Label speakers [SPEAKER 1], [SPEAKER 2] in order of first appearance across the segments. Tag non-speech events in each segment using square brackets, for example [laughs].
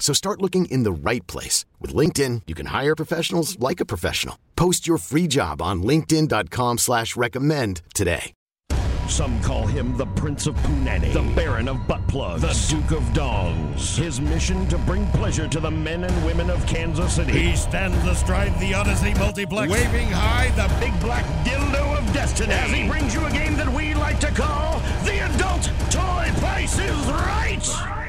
[SPEAKER 1] So start looking in the right place. With LinkedIn, you can hire professionals like a professional. Post your free job on linkedin.com slash recommend today.
[SPEAKER 2] Some call him the Prince of Punani, the Baron of Butt Plugs, the Duke of Dongs. His mission to bring pleasure to the men and women of Kansas City.
[SPEAKER 3] He stands astride the Odyssey Multiplex,
[SPEAKER 2] waving high the big black dildo of destiny
[SPEAKER 3] as he brings you a game that we like to call the Adult Toy Place is Right.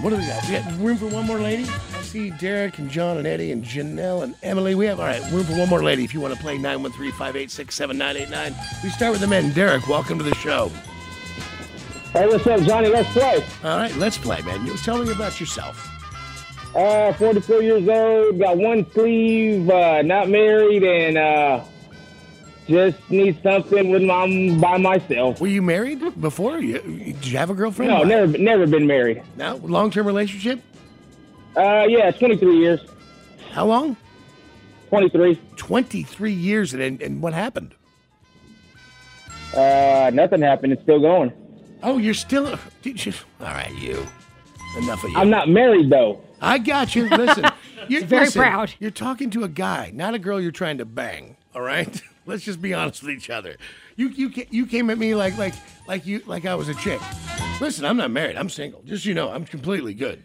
[SPEAKER 4] What do we got? We got room for one more lady? I see Derek and John and Eddie and Janelle and Emily. We have, all right, room for one more lady if you want to play 913 586 7989. We start with the men. Derek, welcome to the show.
[SPEAKER 5] Hey, what's up, Johnny? Let's play.
[SPEAKER 4] All right, let's play, man. You tell me about yourself.
[SPEAKER 5] Uh, 44 years old, got one sleeve, uh, not married, and uh, just need something with my by myself.
[SPEAKER 4] Were you married before? You, did you have a girlfriend?
[SPEAKER 5] No, never, never been married.
[SPEAKER 4] No, long term relationship.
[SPEAKER 5] Uh, yeah, twenty three years.
[SPEAKER 4] How long?
[SPEAKER 5] Twenty three.
[SPEAKER 4] Twenty three years, and and what happened?
[SPEAKER 5] Uh, nothing happened. It's still going.
[SPEAKER 4] Oh, you're still. You, all right, you. Enough of you.
[SPEAKER 5] I'm not married though.
[SPEAKER 4] I got you.
[SPEAKER 5] [laughs]
[SPEAKER 4] Listen,
[SPEAKER 6] you're very listen, proud.
[SPEAKER 4] You're talking to a guy, not a girl. You're trying to bang. All right. [laughs] Let's just be honest with each other. You you you came at me like like like you like I was a chick. Listen, I'm not married. I'm single. Just so you know, I'm completely good.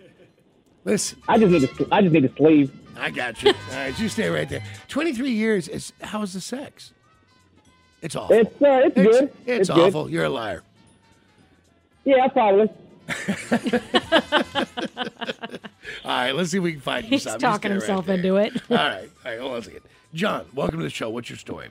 [SPEAKER 4] Listen,
[SPEAKER 5] I just need a, I just need a sleeve.
[SPEAKER 4] I got you. All right, you stay right there. 23 years is how's the sex? It's awful.
[SPEAKER 5] It's uh,
[SPEAKER 4] it's,
[SPEAKER 5] it's, good.
[SPEAKER 4] It's, it's awful. Good. You're a liar.
[SPEAKER 5] Yeah, probably.
[SPEAKER 4] all right, let's see if we can find
[SPEAKER 6] He's
[SPEAKER 4] something.
[SPEAKER 6] talking himself
[SPEAKER 4] right
[SPEAKER 6] into it.
[SPEAKER 4] All right, all right, hold on a second. John, welcome to the show. What's your story?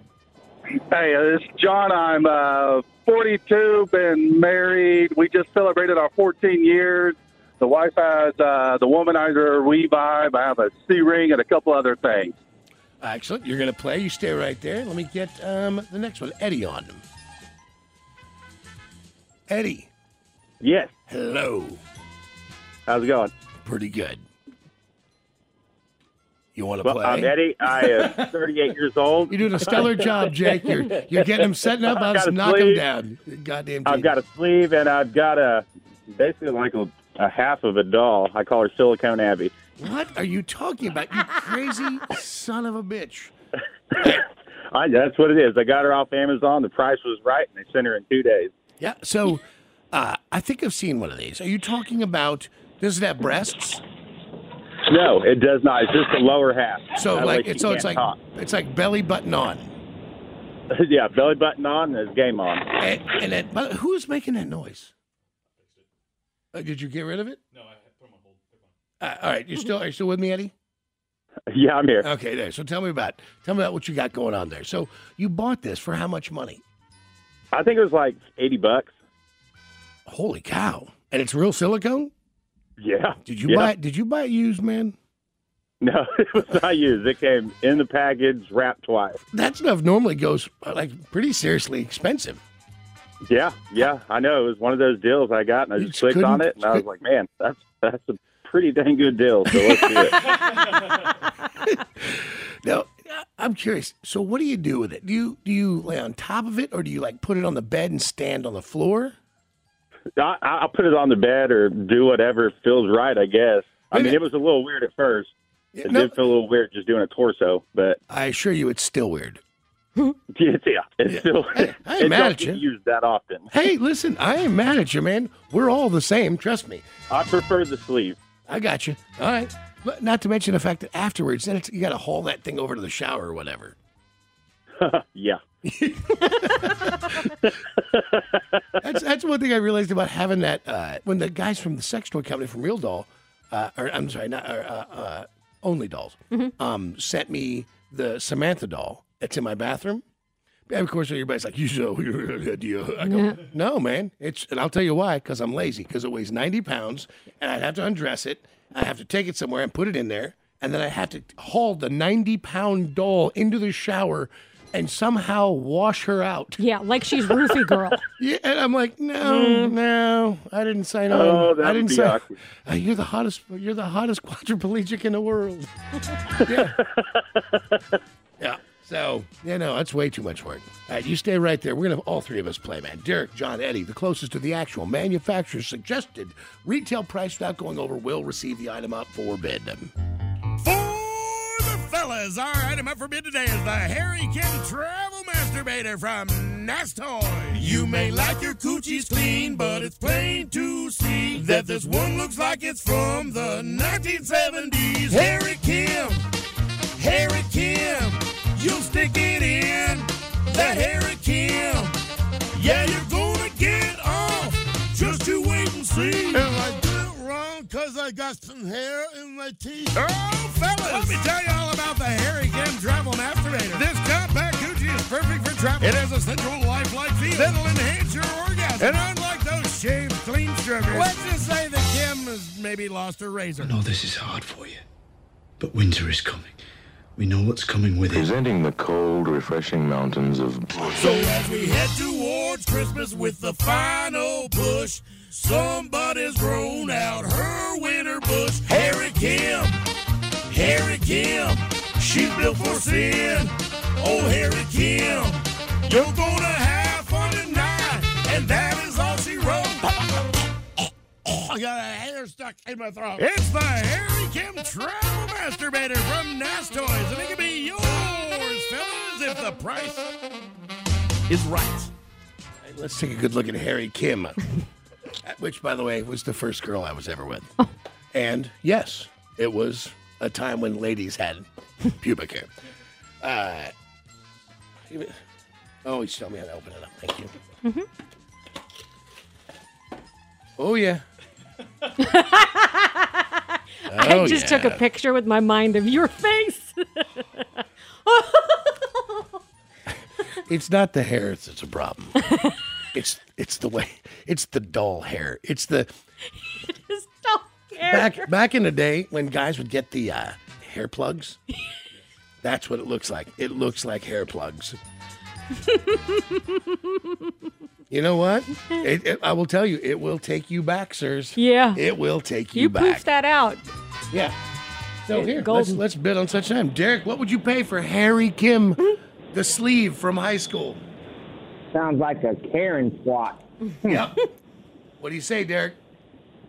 [SPEAKER 7] Hey, this is John. I'm uh, 42, been married. We just celebrated our 14 years. The wife has uh, the womanizer we vibe. I have a C ring and a couple other things.
[SPEAKER 4] Excellent. You're going to play. You stay right there. Let me get um, the next one. Eddie on him. Eddie.
[SPEAKER 8] Yes.
[SPEAKER 4] Hello.
[SPEAKER 8] How's it going?
[SPEAKER 4] Pretty good. You want to
[SPEAKER 8] well,
[SPEAKER 4] play?
[SPEAKER 8] I'm Eddie. I
[SPEAKER 4] [laughs]
[SPEAKER 8] am 38 years old.
[SPEAKER 4] You're doing a [laughs] stellar job, Jake. You're you're getting him setting up. I'll just knock sleeve. him down. Goddamn.
[SPEAKER 8] I've
[SPEAKER 4] genius.
[SPEAKER 8] got a sleeve and I've got a basically like a, a, half of a doll. I call her Silicone Abby.
[SPEAKER 4] What are you talking about? You crazy son of a bitch.
[SPEAKER 8] I, that's what it is. I got her off Amazon. The price was right, and they sent her in two days.
[SPEAKER 4] Yeah. So, uh, I think I've seen one of these. Are you talking about? Does it have breasts?
[SPEAKER 8] No, it does not. It's just the lower half.
[SPEAKER 4] So like, like it's, so it's like talk. it's like belly button on.
[SPEAKER 8] [laughs] yeah, belly button on. There's game on. [laughs]
[SPEAKER 4] And, and it, but who's making that noise? Uh, did you get rid of it?
[SPEAKER 9] No, I put him on hold.
[SPEAKER 4] Uh, all right, you still are you still with me, Eddie?
[SPEAKER 8] Yeah, I'm here.
[SPEAKER 4] Okay, there. So tell me about tell me about what you got going on there. So you bought this for how much money?
[SPEAKER 8] I think it was like eighty bucks.
[SPEAKER 4] Holy cow! And it's real silicone.
[SPEAKER 8] Yeah. [laughs]
[SPEAKER 4] Did you
[SPEAKER 8] yeah.
[SPEAKER 4] buy? Did you buy it used, man?
[SPEAKER 8] No, [laughs] it was not used. It came in the package, wrapped twice.
[SPEAKER 4] uh, That stuff normally goes like pretty seriously expensive.
[SPEAKER 8] Yeah, yeah, I know. It was one of those deals I got, and I
[SPEAKER 4] You
[SPEAKER 8] just,
[SPEAKER 4] just
[SPEAKER 8] clicked on
[SPEAKER 4] couldn't-
[SPEAKER 8] it, and I was like, man, that's that's a pretty dang good deal. So let's do it.
[SPEAKER 4] [laughs] Now, I'm curious. So, what do you do with it? Do you do you lay on top of it, or do you like put it on the bed and stand on the floor?
[SPEAKER 8] I, I'll put it on the bed or do whatever feels right, I guess. I mean, it was a little weird at first. It
[SPEAKER 4] No.
[SPEAKER 8] did feel a little weird just doing a torso, but [laughs]
[SPEAKER 4] I assure you, it's still weird.
[SPEAKER 8] yeah, it's still.
[SPEAKER 4] Hey, I
[SPEAKER 8] [laughs]
[SPEAKER 4] ain't
[SPEAKER 8] it's
[SPEAKER 4] mad
[SPEAKER 8] not
[SPEAKER 4] at you.
[SPEAKER 8] Used that often.
[SPEAKER 4] Hey, listen, I ain't mad at you, man. We're all the same. Trust me.
[SPEAKER 8] I prefer the sleeve. [laughs]
[SPEAKER 4] I got you. All right. But Not to mention the fact that afterwards, then it's, you got to haul that thing over to the shower or whatever.
[SPEAKER 8] Yeah,
[SPEAKER 4] That's that's one thing I realized about having that uh, when the guys from the sex toy company from Real Doll, uh, or I'm sorry, not or, uh, uh, Only Dolls, um, sent me the Samantha doll that's in my bathroom. And of course, everybody's like, [laughs] "You know, do you?" I go, "No, man. It's and I'll tell you why. Because I'm lazy. Because it weighs 90 pounds, and I'd have to undress it. I have to take it somewhere and put it in there, and then I have to haul the 90 pound doll into the shower." And somehow wash her out.
[SPEAKER 6] Yeah, like she's roofie girl.
[SPEAKER 4] Yeah, and I'm like, no, no, I didn't sign on.
[SPEAKER 8] Mm. Oh, that
[SPEAKER 4] I
[SPEAKER 8] would
[SPEAKER 4] didn't
[SPEAKER 8] be
[SPEAKER 4] sign.
[SPEAKER 8] awkward.
[SPEAKER 4] Uh, You're the hottest. You're the hottest [laughs] quadriplegic in
[SPEAKER 8] [laughs]
[SPEAKER 4] the world. yeah. yeah. So yeah, no, that's way too much work. All right, you stay right there. We're gonna have all three of us play, man. Derek, John, Eddie, the closest to the actual manufacturer's suggested retail price without going over will receive the item up for bid.
[SPEAKER 3] For the fellas, our item up for bid today is the Harry Kim Travel Masturbator from Nastoy. You may like your coochies clean, but it's plain to see that this one looks like it's from the 1970s. Harry Kim, Harry Kim, you'll stick it in that Harry Kim. Yeah, you're gonna get off. Just you wait and see. And I did it wrong cause I got some hair in my teeth. Oh, fellas! Let me tell you all about the Harry Kim Travel Masturbator. This compact Gucci is perfect for travel. It has a sensual lifelike feel that'll enhance your orgasm. And unlike those shaved, clean strippers, let's just say that Kim has maybe lost her razor.
[SPEAKER 9] know Oh, this is hard for you, but winter is coming. We know what's coming with it.
[SPEAKER 10] Presenting the cold, refreshing mountains of.
[SPEAKER 3] So as we head towards Christmas with the final push, somebody's grown out her winter bush. Harry Kim, Harry Kim, she built for sin. Oh, Harry Kim, you're gonna have fun tonight, and that is all she wrote. [laughs] I got a hair stuck in my throat. It's the Harry Kim Travel Masturbator from Nas Toys, and it can be yours, fellas, if the price is right.
[SPEAKER 4] All right, let's take a good look at Harry Kim, uh, [laughs] which, by the way, was the first girl I was ever with. And yes, it was a time when ladies had pubic hair. Uh, oh, he's telling me how to open it up. Thank you. Oh, yeah.
[SPEAKER 6] I
[SPEAKER 4] [laughs] Oh,
[SPEAKER 6] just took
[SPEAKER 4] yeah.
[SPEAKER 6] a picture with my mind of your face. [laughs]
[SPEAKER 4] It's not the hair that's a problem. it's it's the way it's the doll hair. It's the
[SPEAKER 6] Just don't care. [laughs]
[SPEAKER 4] back back in the day when guys would get the uh, hair
[SPEAKER 6] [laughs]
[SPEAKER 4] plugs. That's what it looks like. It looks like hair plugs.
[SPEAKER 6] [laughs]
[SPEAKER 4] you know what? It, it- I will tell you, it will take you back, sirs.
[SPEAKER 6] Yeah.
[SPEAKER 4] It will take you,
[SPEAKER 6] you
[SPEAKER 4] back.
[SPEAKER 6] poofed that out.
[SPEAKER 4] Yeah. So here, let's,
[SPEAKER 6] golden.
[SPEAKER 4] let's bid on such time. Derek, what would you pay for Harry Kim,
[SPEAKER 6] Hmm?
[SPEAKER 4] the sleeve from high school?
[SPEAKER 5] Sounds like a Karen swat.
[SPEAKER 6] Hmm. [laughs]
[SPEAKER 4] Yep. what do you say, Derek?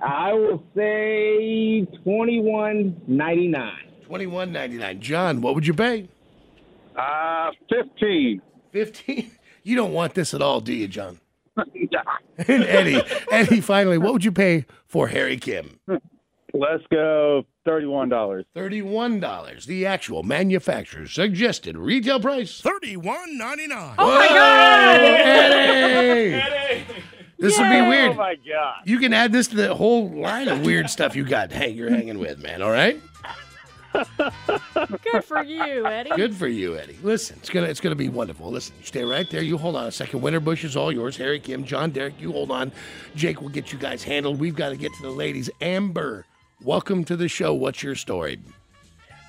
[SPEAKER 5] I will say twenty-one ninety-nine.
[SPEAKER 4] Twenty-one ninety-nine. John, what would you pay?
[SPEAKER 8] uh, fifteen. [laughs]
[SPEAKER 4] Fifteen. [laughs] You don't want this at all, do you, John? and Eddie, Eddie, finally, what would you pay for Harry Kim?
[SPEAKER 8] Let's go thirty-one dollars.
[SPEAKER 4] Thirty-one dollars. The actual manufacturer's suggested retail price.
[SPEAKER 3] Thirty-one ninety-nine.
[SPEAKER 4] Oh. Eddie, this would be
[SPEAKER 8] Oh
[SPEAKER 4] weird.
[SPEAKER 8] my god!
[SPEAKER 4] You can add this to the whole line of weird stuff you got. Hey, you're hanging with, man. All right.
[SPEAKER 6] Good for you, Eddie.
[SPEAKER 4] Good for you, Eddie. Listen, it's gonna it's gonna be wonderful. Listen, you stay right there. You hold on a second. Winterbush is all yours. Harry, Kim, John, Derek, you hold on. Jake will get you guys handled. We've got to get to the ladies. Amber, welcome to the show. What's your story?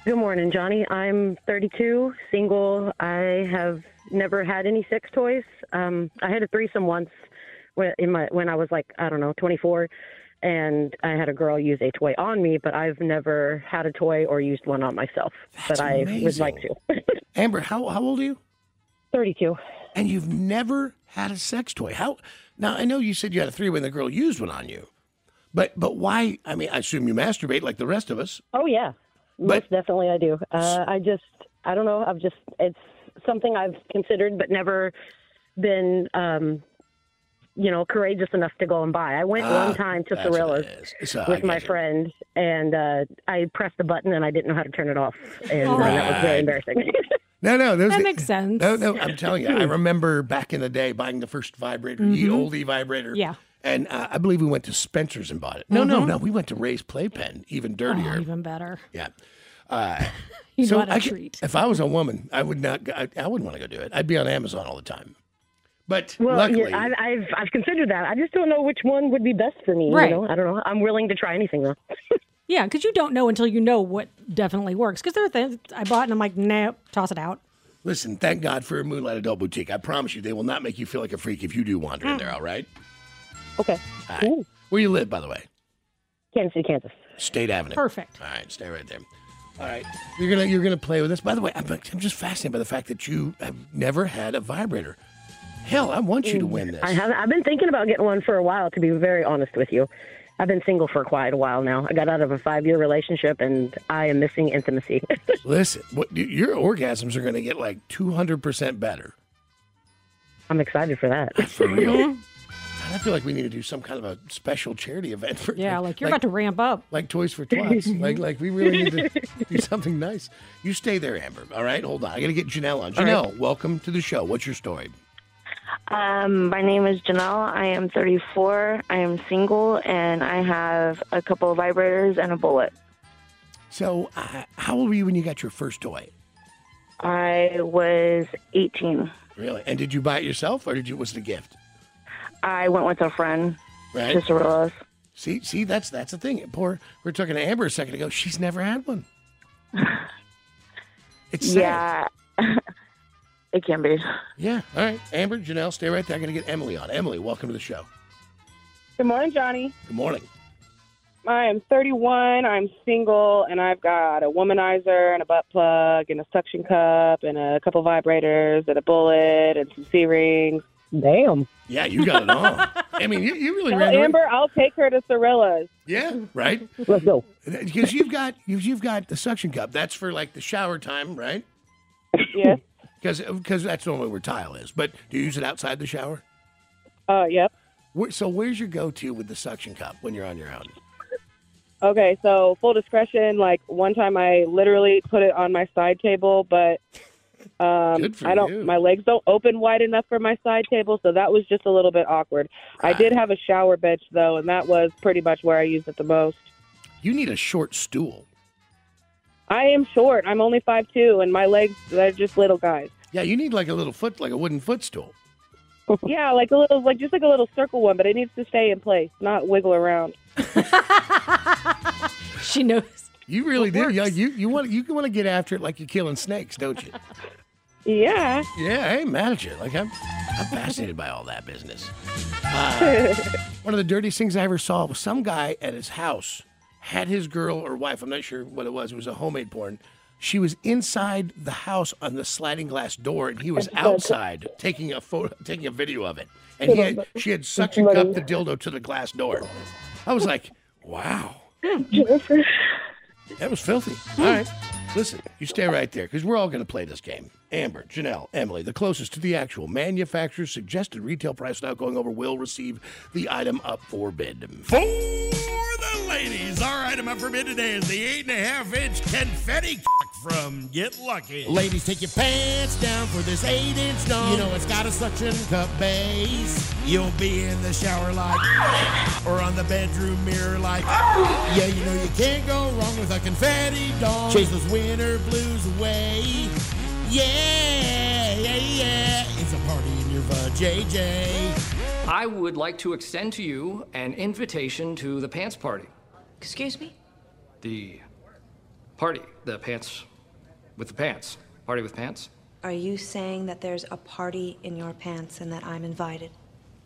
[SPEAKER 11] Good morning, Johnny. I'm 32, single. I have never had any sex toys. Um, I had a threesome once when- in my when I was like I don't know 24, and I had a girl use a toy on me, but I've never had a toy or used one on myself. but I would
[SPEAKER 4] amazing.
[SPEAKER 11] like to. [laughs]
[SPEAKER 4] Amber, how, how old are you?
[SPEAKER 11] 32.
[SPEAKER 4] And you've never had a sex toy. How? Now, I know you said you had a three when the girl used one on you, but but why? I mean, I assume you masturbate like the rest of us.
[SPEAKER 11] Oh yeah, most definitely I do. Uh, I just I don't know. I've just it's something I've considered but never been um, you know courageous enough to go and buy. I went
[SPEAKER 4] Ah,
[SPEAKER 11] one time to
[SPEAKER 4] that's what
[SPEAKER 11] Thrilla's
[SPEAKER 4] So, I
[SPEAKER 11] with my
[SPEAKER 4] get you.
[SPEAKER 11] friend, and uh, I pressed the button and I didn't know how to turn it off, and uh,
[SPEAKER 6] Oh,
[SPEAKER 9] Oh.
[SPEAKER 11] that was
[SPEAKER 4] Right.
[SPEAKER 11] very embarrassing. [laughs]
[SPEAKER 4] No, no, those
[SPEAKER 11] That
[SPEAKER 4] the-
[SPEAKER 11] makes sense.
[SPEAKER 4] No, no, I'm telling
[SPEAKER 11] [laughs]
[SPEAKER 4] you, I remember back in the day buying the first vibrator, the
[SPEAKER 11] Mhm.
[SPEAKER 4] oldie vibrator.
[SPEAKER 11] Yeah. Mm-hmm.
[SPEAKER 4] And uh, I believe we went to Spencer's and bought it. No, no,
[SPEAKER 6] Mhm.
[SPEAKER 4] no, we went to Ray's Playpen, even dirtier.
[SPEAKER 6] Oh, even better.
[SPEAKER 4] Yeah. Uh,
[SPEAKER 6] You
[SPEAKER 4] so
[SPEAKER 6] got
[SPEAKER 4] I
[SPEAKER 6] a
[SPEAKER 4] could-
[SPEAKER 6] treat.
[SPEAKER 4] If I was a woman, I would not. go- I, I wouldn't want to go do it. I'd be on Amazon all the time. But
[SPEAKER 11] well,
[SPEAKER 4] luckily,
[SPEAKER 11] yeah, I, I've I've considered that. I just don't know which one would be best for me.
[SPEAKER 6] Right.
[SPEAKER 11] You know, I don't know. I'm willing to try anything though.
[SPEAKER 6] Yeah, because you don't know until you know what definitely works. Because there are things I bought and I'm like, nah, toss it out.
[SPEAKER 4] listen. Thank God for Moonlight Adult Boutique. I promise you, they will not make you feel like a freak if you do wander in there. All right.
[SPEAKER 11] Okay.
[SPEAKER 4] All right. Where you live, by the way?
[SPEAKER 11] Kansas City, Kansas.
[SPEAKER 4] State Avenue.
[SPEAKER 6] Perfect.
[SPEAKER 4] All right, stay right there. All right, you're gonna you're gonna play with us. By the way, I'm, I'm just fascinated by the fact that you have never had a vibrator. Hell, I want you to win this.
[SPEAKER 11] I haven't. I've been thinking about getting one for a while. To be very honest with you, I've been single for quite a while now. I got out of a five-year relationship, and I am missing intimacy. [laughs]
[SPEAKER 4] Listen, what, y- your orgasms are gonna get like 200 percent better.
[SPEAKER 11] I'm excited for that.
[SPEAKER 4] For real.
[SPEAKER 6] Mm-hmm.
[SPEAKER 4] God, I feel like we need to do some kind of a special charity event for
[SPEAKER 6] Yeah, like you're about to ramp up.
[SPEAKER 4] like Toys for
[SPEAKER 6] [laughs]
[SPEAKER 4] Twats. like like we really need to do something nice. You stay there, Amber. All right, hold on. I gotta get Janelle on.
[SPEAKER 12] All right.
[SPEAKER 4] Janelle, welcome to the show. What's your story?
[SPEAKER 12] Um, my name is Janelle. I am 34. I am single, and I have a couple of vibrators and a bullet.
[SPEAKER 4] So, uh, how old were you when you got your first toy?
[SPEAKER 12] I was 18.
[SPEAKER 4] Really? And did you buy it yourself, or did you? Was it a gift?
[SPEAKER 12] I went with a friend.
[SPEAKER 4] Right.
[SPEAKER 12] Just realized.
[SPEAKER 4] See, see, that's that's the thing. Poor, we are talking to Amber a second ago. She's never had one. It's sad.
[SPEAKER 12] yeah, [laughs] it can be.
[SPEAKER 4] Yeah. All right, Amber, Janelle, stay right there. I'm gonna get Emily on. Emily, welcome to the show.
[SPEAKER 13] Good morning, Johnny.
[SPEAKER 4] Good morning.
[SPEAKER 13] I am 31. I'm single, and I've got a womanizer and a butt plug and a suction cup and a couple vibrators and a bullet and some C rings.
[SPEAKER 11] Damn.
[SPEAKER 4] Yeah, you got it all. I mean, you, you really
[SPEAKER 13] Tell
[SPEAKER 4] ran
[SPEAKER 13] Amber, I'll take her to Cirilla's.
[SPEAKER 4] Yeah. right.
[SPEAKER 11] Let's go.
[SPEAKER 4] Because you've got you've, you've got the suction cup. That's for like the shower time, right?
[SPEAKER 13] Yeah.
[SPEAKER 4] Because because that's normally where tile is. But do you use it outside the shower?
[SPEAKER 13] Uh, yep.
[SPEAKER 4] Where, so where's your go-to with the suction cup when you're on your own?
[SPEAKER 13] Okay, so full discretion. Like one time, I literally put it on my side table, but um,
[SPEAKER 4] Good for
[SPEAKER 13] I don't.
[SPEAKER 4] you.
[SPEAKER 13] My legs don't open wide enough for my side table, so that was just a little bit awkward. I did
[SPEAKER 4] Ah.
[SPEAKER 13] have a shower bench though, and that was pretty much where I used it the most.
[SPEAKER 4] You need a short stool.
[SPEAKER 13] I am short. I'm only five two, and my legs they're just little
[SPEAKER 11] [laughs]
[SPEAKER 13] guys.
[SPEAKER 4] Yeah, you need like a little foot, like a wooden footstool.
[SPEAKER 13] yeah, like a little, like just like a little circle one, but it needs to stay in place, not wiggle around.
[SPEAKER 6] she knows.
[SPEAKER 4] You really do. Yeah, you you want you want to get after it like you're killing snakes, don't you?
[SPEAKER 13] yeah.
[SPEAKER 4] Yeah, I ain't mad at you. Like I'm, I'm fascinated by all that business. Uh, one of the dirtiest things I ever saw was some guy at his house had his girl or wife. I'm not sure what it was. It was a homemade porn. She was inside the house on the sliding glass door, and he was outside taking a photo, taking a video of it. And he had, she had suction cup the dildo to the glass door. I was like, wow. That was filthy. All right. Listen, you stay right there because we're all going to play this game. Amber, Janelle, Emily, the closest to the actual manufacturer's suggested retail price without going over will receive the item up
[SPEAKER 14] [laughs]
[SPEAKER 4] for bid.
[SPEAKER 3] For the ladies, our item up for bid today is the eight and a half inch confetti cock from Get Lucky.
[SPEAKER 14] Ladies, take your pants down for this eight-inch dong. You know it's got a suction cup base. You'll be in the shower like, or on the bedroom mirror like. Yeah, you know you can't go wrong with a confetti dong. Chase those winter blues away. Yeah, yeah, yeah. It's a party in your vajayjay.
[SPEAKER 15] I would like to extend to you an invitation to the pants party.
[SPEAKER 16] Excuse me?
[SPEAKER 15] The party, the pants with the pants. Party with pants?
[SPEAKER 16] Are you saying that there's a party in your pants and that I'm invited?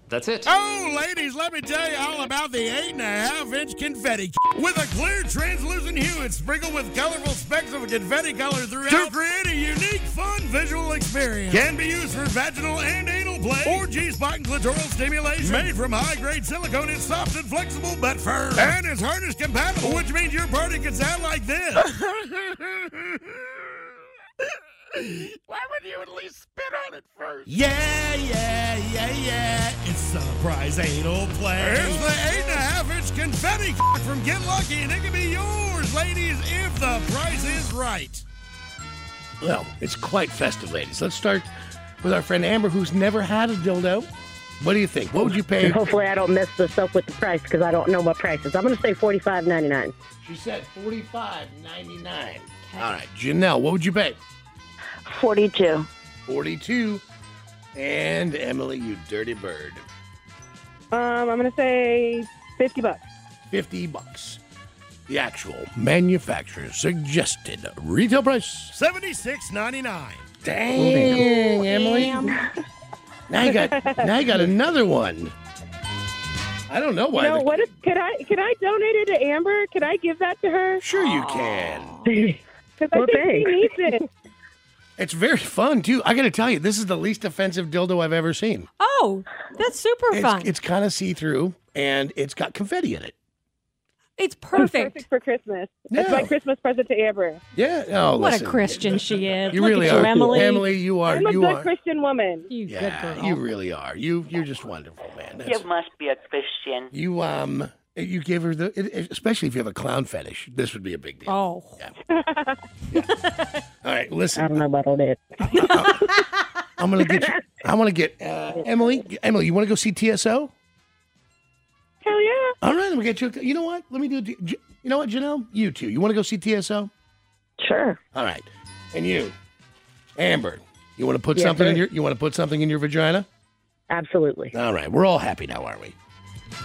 [SPEAKER 15] That's it.
[SPEAKER 3] Oh, ladies, let me tell you all about the eight and a half inch confetti with a clear, translucent hue. It's sprinkled with colorful specks of confetti color throughout to create a unique, fun visual experience. Can be used for vaginal and anal play or G-spot and clitoral stimulation. Made from high-grade silicone, it's soft and flexible but firm, and it's harness compatible, which means your party can sound like this.
[SPEAKER 14] Why would you at least spit on it first?
[SPEAKER 3] Yeah, yeah, yeah, yeah. It's surprise anal play. Here's the eight and a half inch confetti [laughs] from Get Lucky, and it can be yours, ladies, if the price is right.
[SPEAKER 4] Well, it's quite festive, ladies. Let's start with our friend Amber, who's never had a dildo. What do you think? What would you
[SPEAKER 13] [laughs]
[SPEAKER 4] pay?
[SPEAKER 11] And hopefully, I don't mess this up with the price because I don't know what prices. I'm going to say forty-five ninety-nine.
[SPEAKER 4] She said forty-five ninety-nine. All right, Janelle, what would you pay?
[SPEAKER 12] 42.
[SPEAKER 4] 42. And Emily, you dirty bird.
[SPEAKER 13] Um, I'm gonna say fifty bucks.
[SPEAKER 4] 50 bucks. The actual manufacturer suggested retail price.
[SPEAKER 3] Seventy-six ninety-nine.
[SPEAKER 4] Dang, Emily. Now you got now you got another one. I don't know why.
[SPEAKER 13] You know,
[SPEAKER 4] the-
[SPEAKER 13] what if could I could I donate it to Amber? Could I give that to her?
[SPEAKER 4] Sure you can.
[SPEAKER 13] Because I
[SPEAKER 4] Well,
[SPEAKER 13] think she needs
[SPEAKER 4] thanks.
[SPEAKER 13] it.
[SPEAKER 4] It's very fun too. I got to tell you, this is the least offensive dildo I've ever seen.
[SPEAKER 6] Oh, that's super
[SPEAKER 4] It's,
[SPEAKER 6] fun.
[SPEAKER 4] it's kind of see through, and it's got confetti in it.
[SPEAKER 13] It's
[SPEAKER 6] It's perfect.
[SPEAKER 13] perfect for Christmas. It's my Christmas present to Amber.
[SPEAKER 4] Yeah. Oh,
[SPEAKER 6] what
[SPEAKER 4] listen.
[SPEAKER 6] a Christian she is.
[SPEAKER 4] You
[SPEAKER 6] Look
[SPEAKER 4] really
[SPEAKER 6] at
[SPEAKER 4] are,
[SPEAKER 6] you, Emily.
[SPEAKER 4] Emily. You are.
[SPEAKER 13] I'm a
[SPEAKER 4] you
[SPEAKER 13] good
[SPEAKER 4] are.
[SPEAKER 13] Christian woman.
[SPEAKER 6] You
[SPEAKER 4] yeah, you really are. You you're just wonderful, man. That's-
[SPEAKER 16] You must be a Christian.
[SPEAKER 4] You um, you give her the, it- it- especially if you have a clown fetish. This would be a big deal.
[SPEAKER 6] Oh.
[SPEAKER 4] All right, listen. I don't
[SPEAKER 11] know about all that.
[SPEAKER 4] I'm gonna get.
[SPEAKER 16] [laughs]
[SPEAKER 4] You, I'm gonna get uh, Emily. Emily, you want to go see TSO?
[SPEAKER 13] Hell yeah.
[SPEAKER 4] All right, I'm gonna get you. You know what? Let me do. a d- j- You know what, Janelle? You too. You want to go see TSO?
[SPEAKER 12] Sure.
[SPEAKER 4] All right, and you, Amber. You want to put
[SPEAKER 11] Yes,
[SPEAKER 4] something in
[SPEAKER 11] sir.
[SPEAKER 4] your. You want to put something in your vagina?
[SPEAKER 11] Absolutely.
[SPEAKER 4] All right, we're all happy now, aren't we?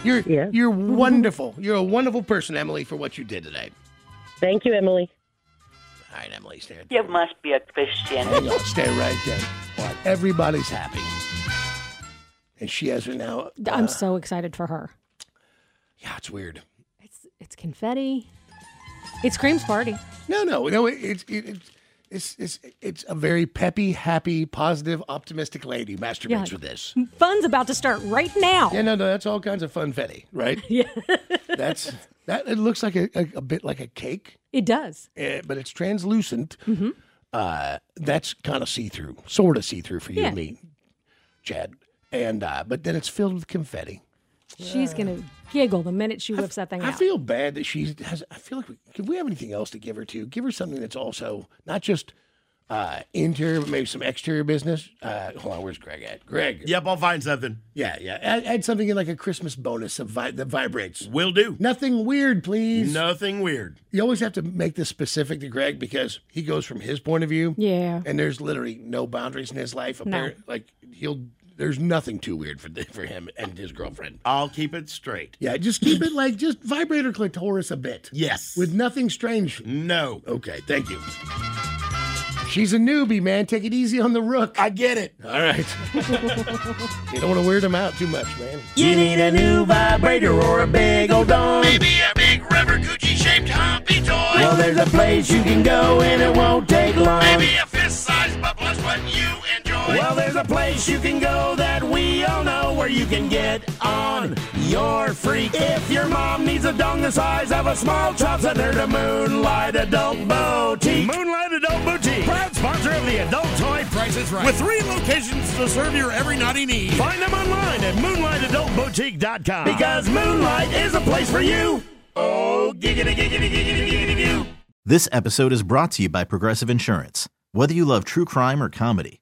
[SPEAKER 4] You're
[SPEAKER 11] Yeah.
[SPEAKER 4] you're wonderful. You're a wonderful person, Emily, for what you did today.
[SPEAKER 11] Thank you, Emily.
[SPEAKER 4] All right, Emily, stay.
[SPEAKER 16] You must be a Christian.
[SPEAKER 4] Hang on, stay right there. Well, everybody's happy, and she has her now. uh,
[SPEAKER 6] I'm so excited for her.
[SPEAKER 4] Yeah, it's weird.
[SPEAKER 6] It's confetti. It screams party.
[SPEAKER 4] No, no, no. it- It's it, it's it's it's it's a very peppy, happy, positive, optimistic lady masturbates
[SPEAKER 6] Yeah.
[SPEAKER 4] with this.
[SPEAKER 6] Fun's about to start right now.
[SPEAKER 4] Yeah, no, no. That's all kinds of funfetti, right?
[SPEAKER 6] Yeah.
[SPEAKER 4] that's that. It looks like a, a, a bit like a cake,
[SPEAKER 6] It does.
[SPEAKER 4] eh, but it's translucent. Uh, that's kind of see through, sort of see through for you and me, Chad. And uh, but then it's filled with confetti.
[SPEAKER 6] She's gonna giggle the minute she whips that thing
[SPEAKER 4] I
[SPEAKER 6] out.
[SPEAKER 4] feel bad that she has. I feel like we, could we have anything else to give her to? Give her something that's also not just uh, interior, but maybe some exterior business. Uh, hold on, where's Greg at? Greg.
[SPEAKER 3] Yep, I'll find something.
[SPEAKER 4] Yeah, yeah. Add, add something in like a Christmas bonus of vi- that vibrates.
[SPEAKER 3] Will do.
[SPEAKER 4] Nothing weird, please.
[SPEAKER 3] Nothing weird.
[SPEAKER 4] You always have to make this specific to Greg because he goes from his point of view.
[SPEAKER 6] Yeah.
[SPEAKER 4] And there's literally no boundaries in his life.
[SPEAKER 6] No.
[SPEAKER 4] Appar- Like he'll. There's nothing too weird for for him and his girlfriend.
[SPEAKER 3] I'll keep it straight.
[SPEAKER 4] Yeah, just keep it like just vibrator clitoris a bit.
[SPEAKER 3] Yes.
[SPEAKER 4] With nothing strange.
[SPEAKER 3] No.
[SPEAKER 4] Okay, thank you. She's a newbie, man. Take it easy on the rook. I
[SPEAKER 3] get it.
[SPEAKER 4] All right. [laughs] you don't want to weird him out too much, man.
[SPEAKER 14] You need a new vibrator or a big old dong. Maybe a big rubber coochie shaped humpy toy. Well, there's a place you can go and it won't take long. Maybe
[SPEAKER 3] um,
[SPEAKER 14] a fist sized bubble's what you enjoy. Well, there's a place you can go that we all know where you can get on your freak. If your mom needs a dong the size of a small chop, send her to Moonlight Adult Boutique.
[SPEAKER 3] Moonlight Adult Boutique, proud sponsor of the Adult Toy Price is Right. With three locations to serve your every naughty need. Find them online at moonlightadultboutique.com.
[SPEAKER 14] Because Moonlight is a place for you. Oh, giggity, giggity, giggity, giggity, you.
[SPEAKER 17] This episode is brought to you by Progressive Insurance. Whether you love true crime or comedy,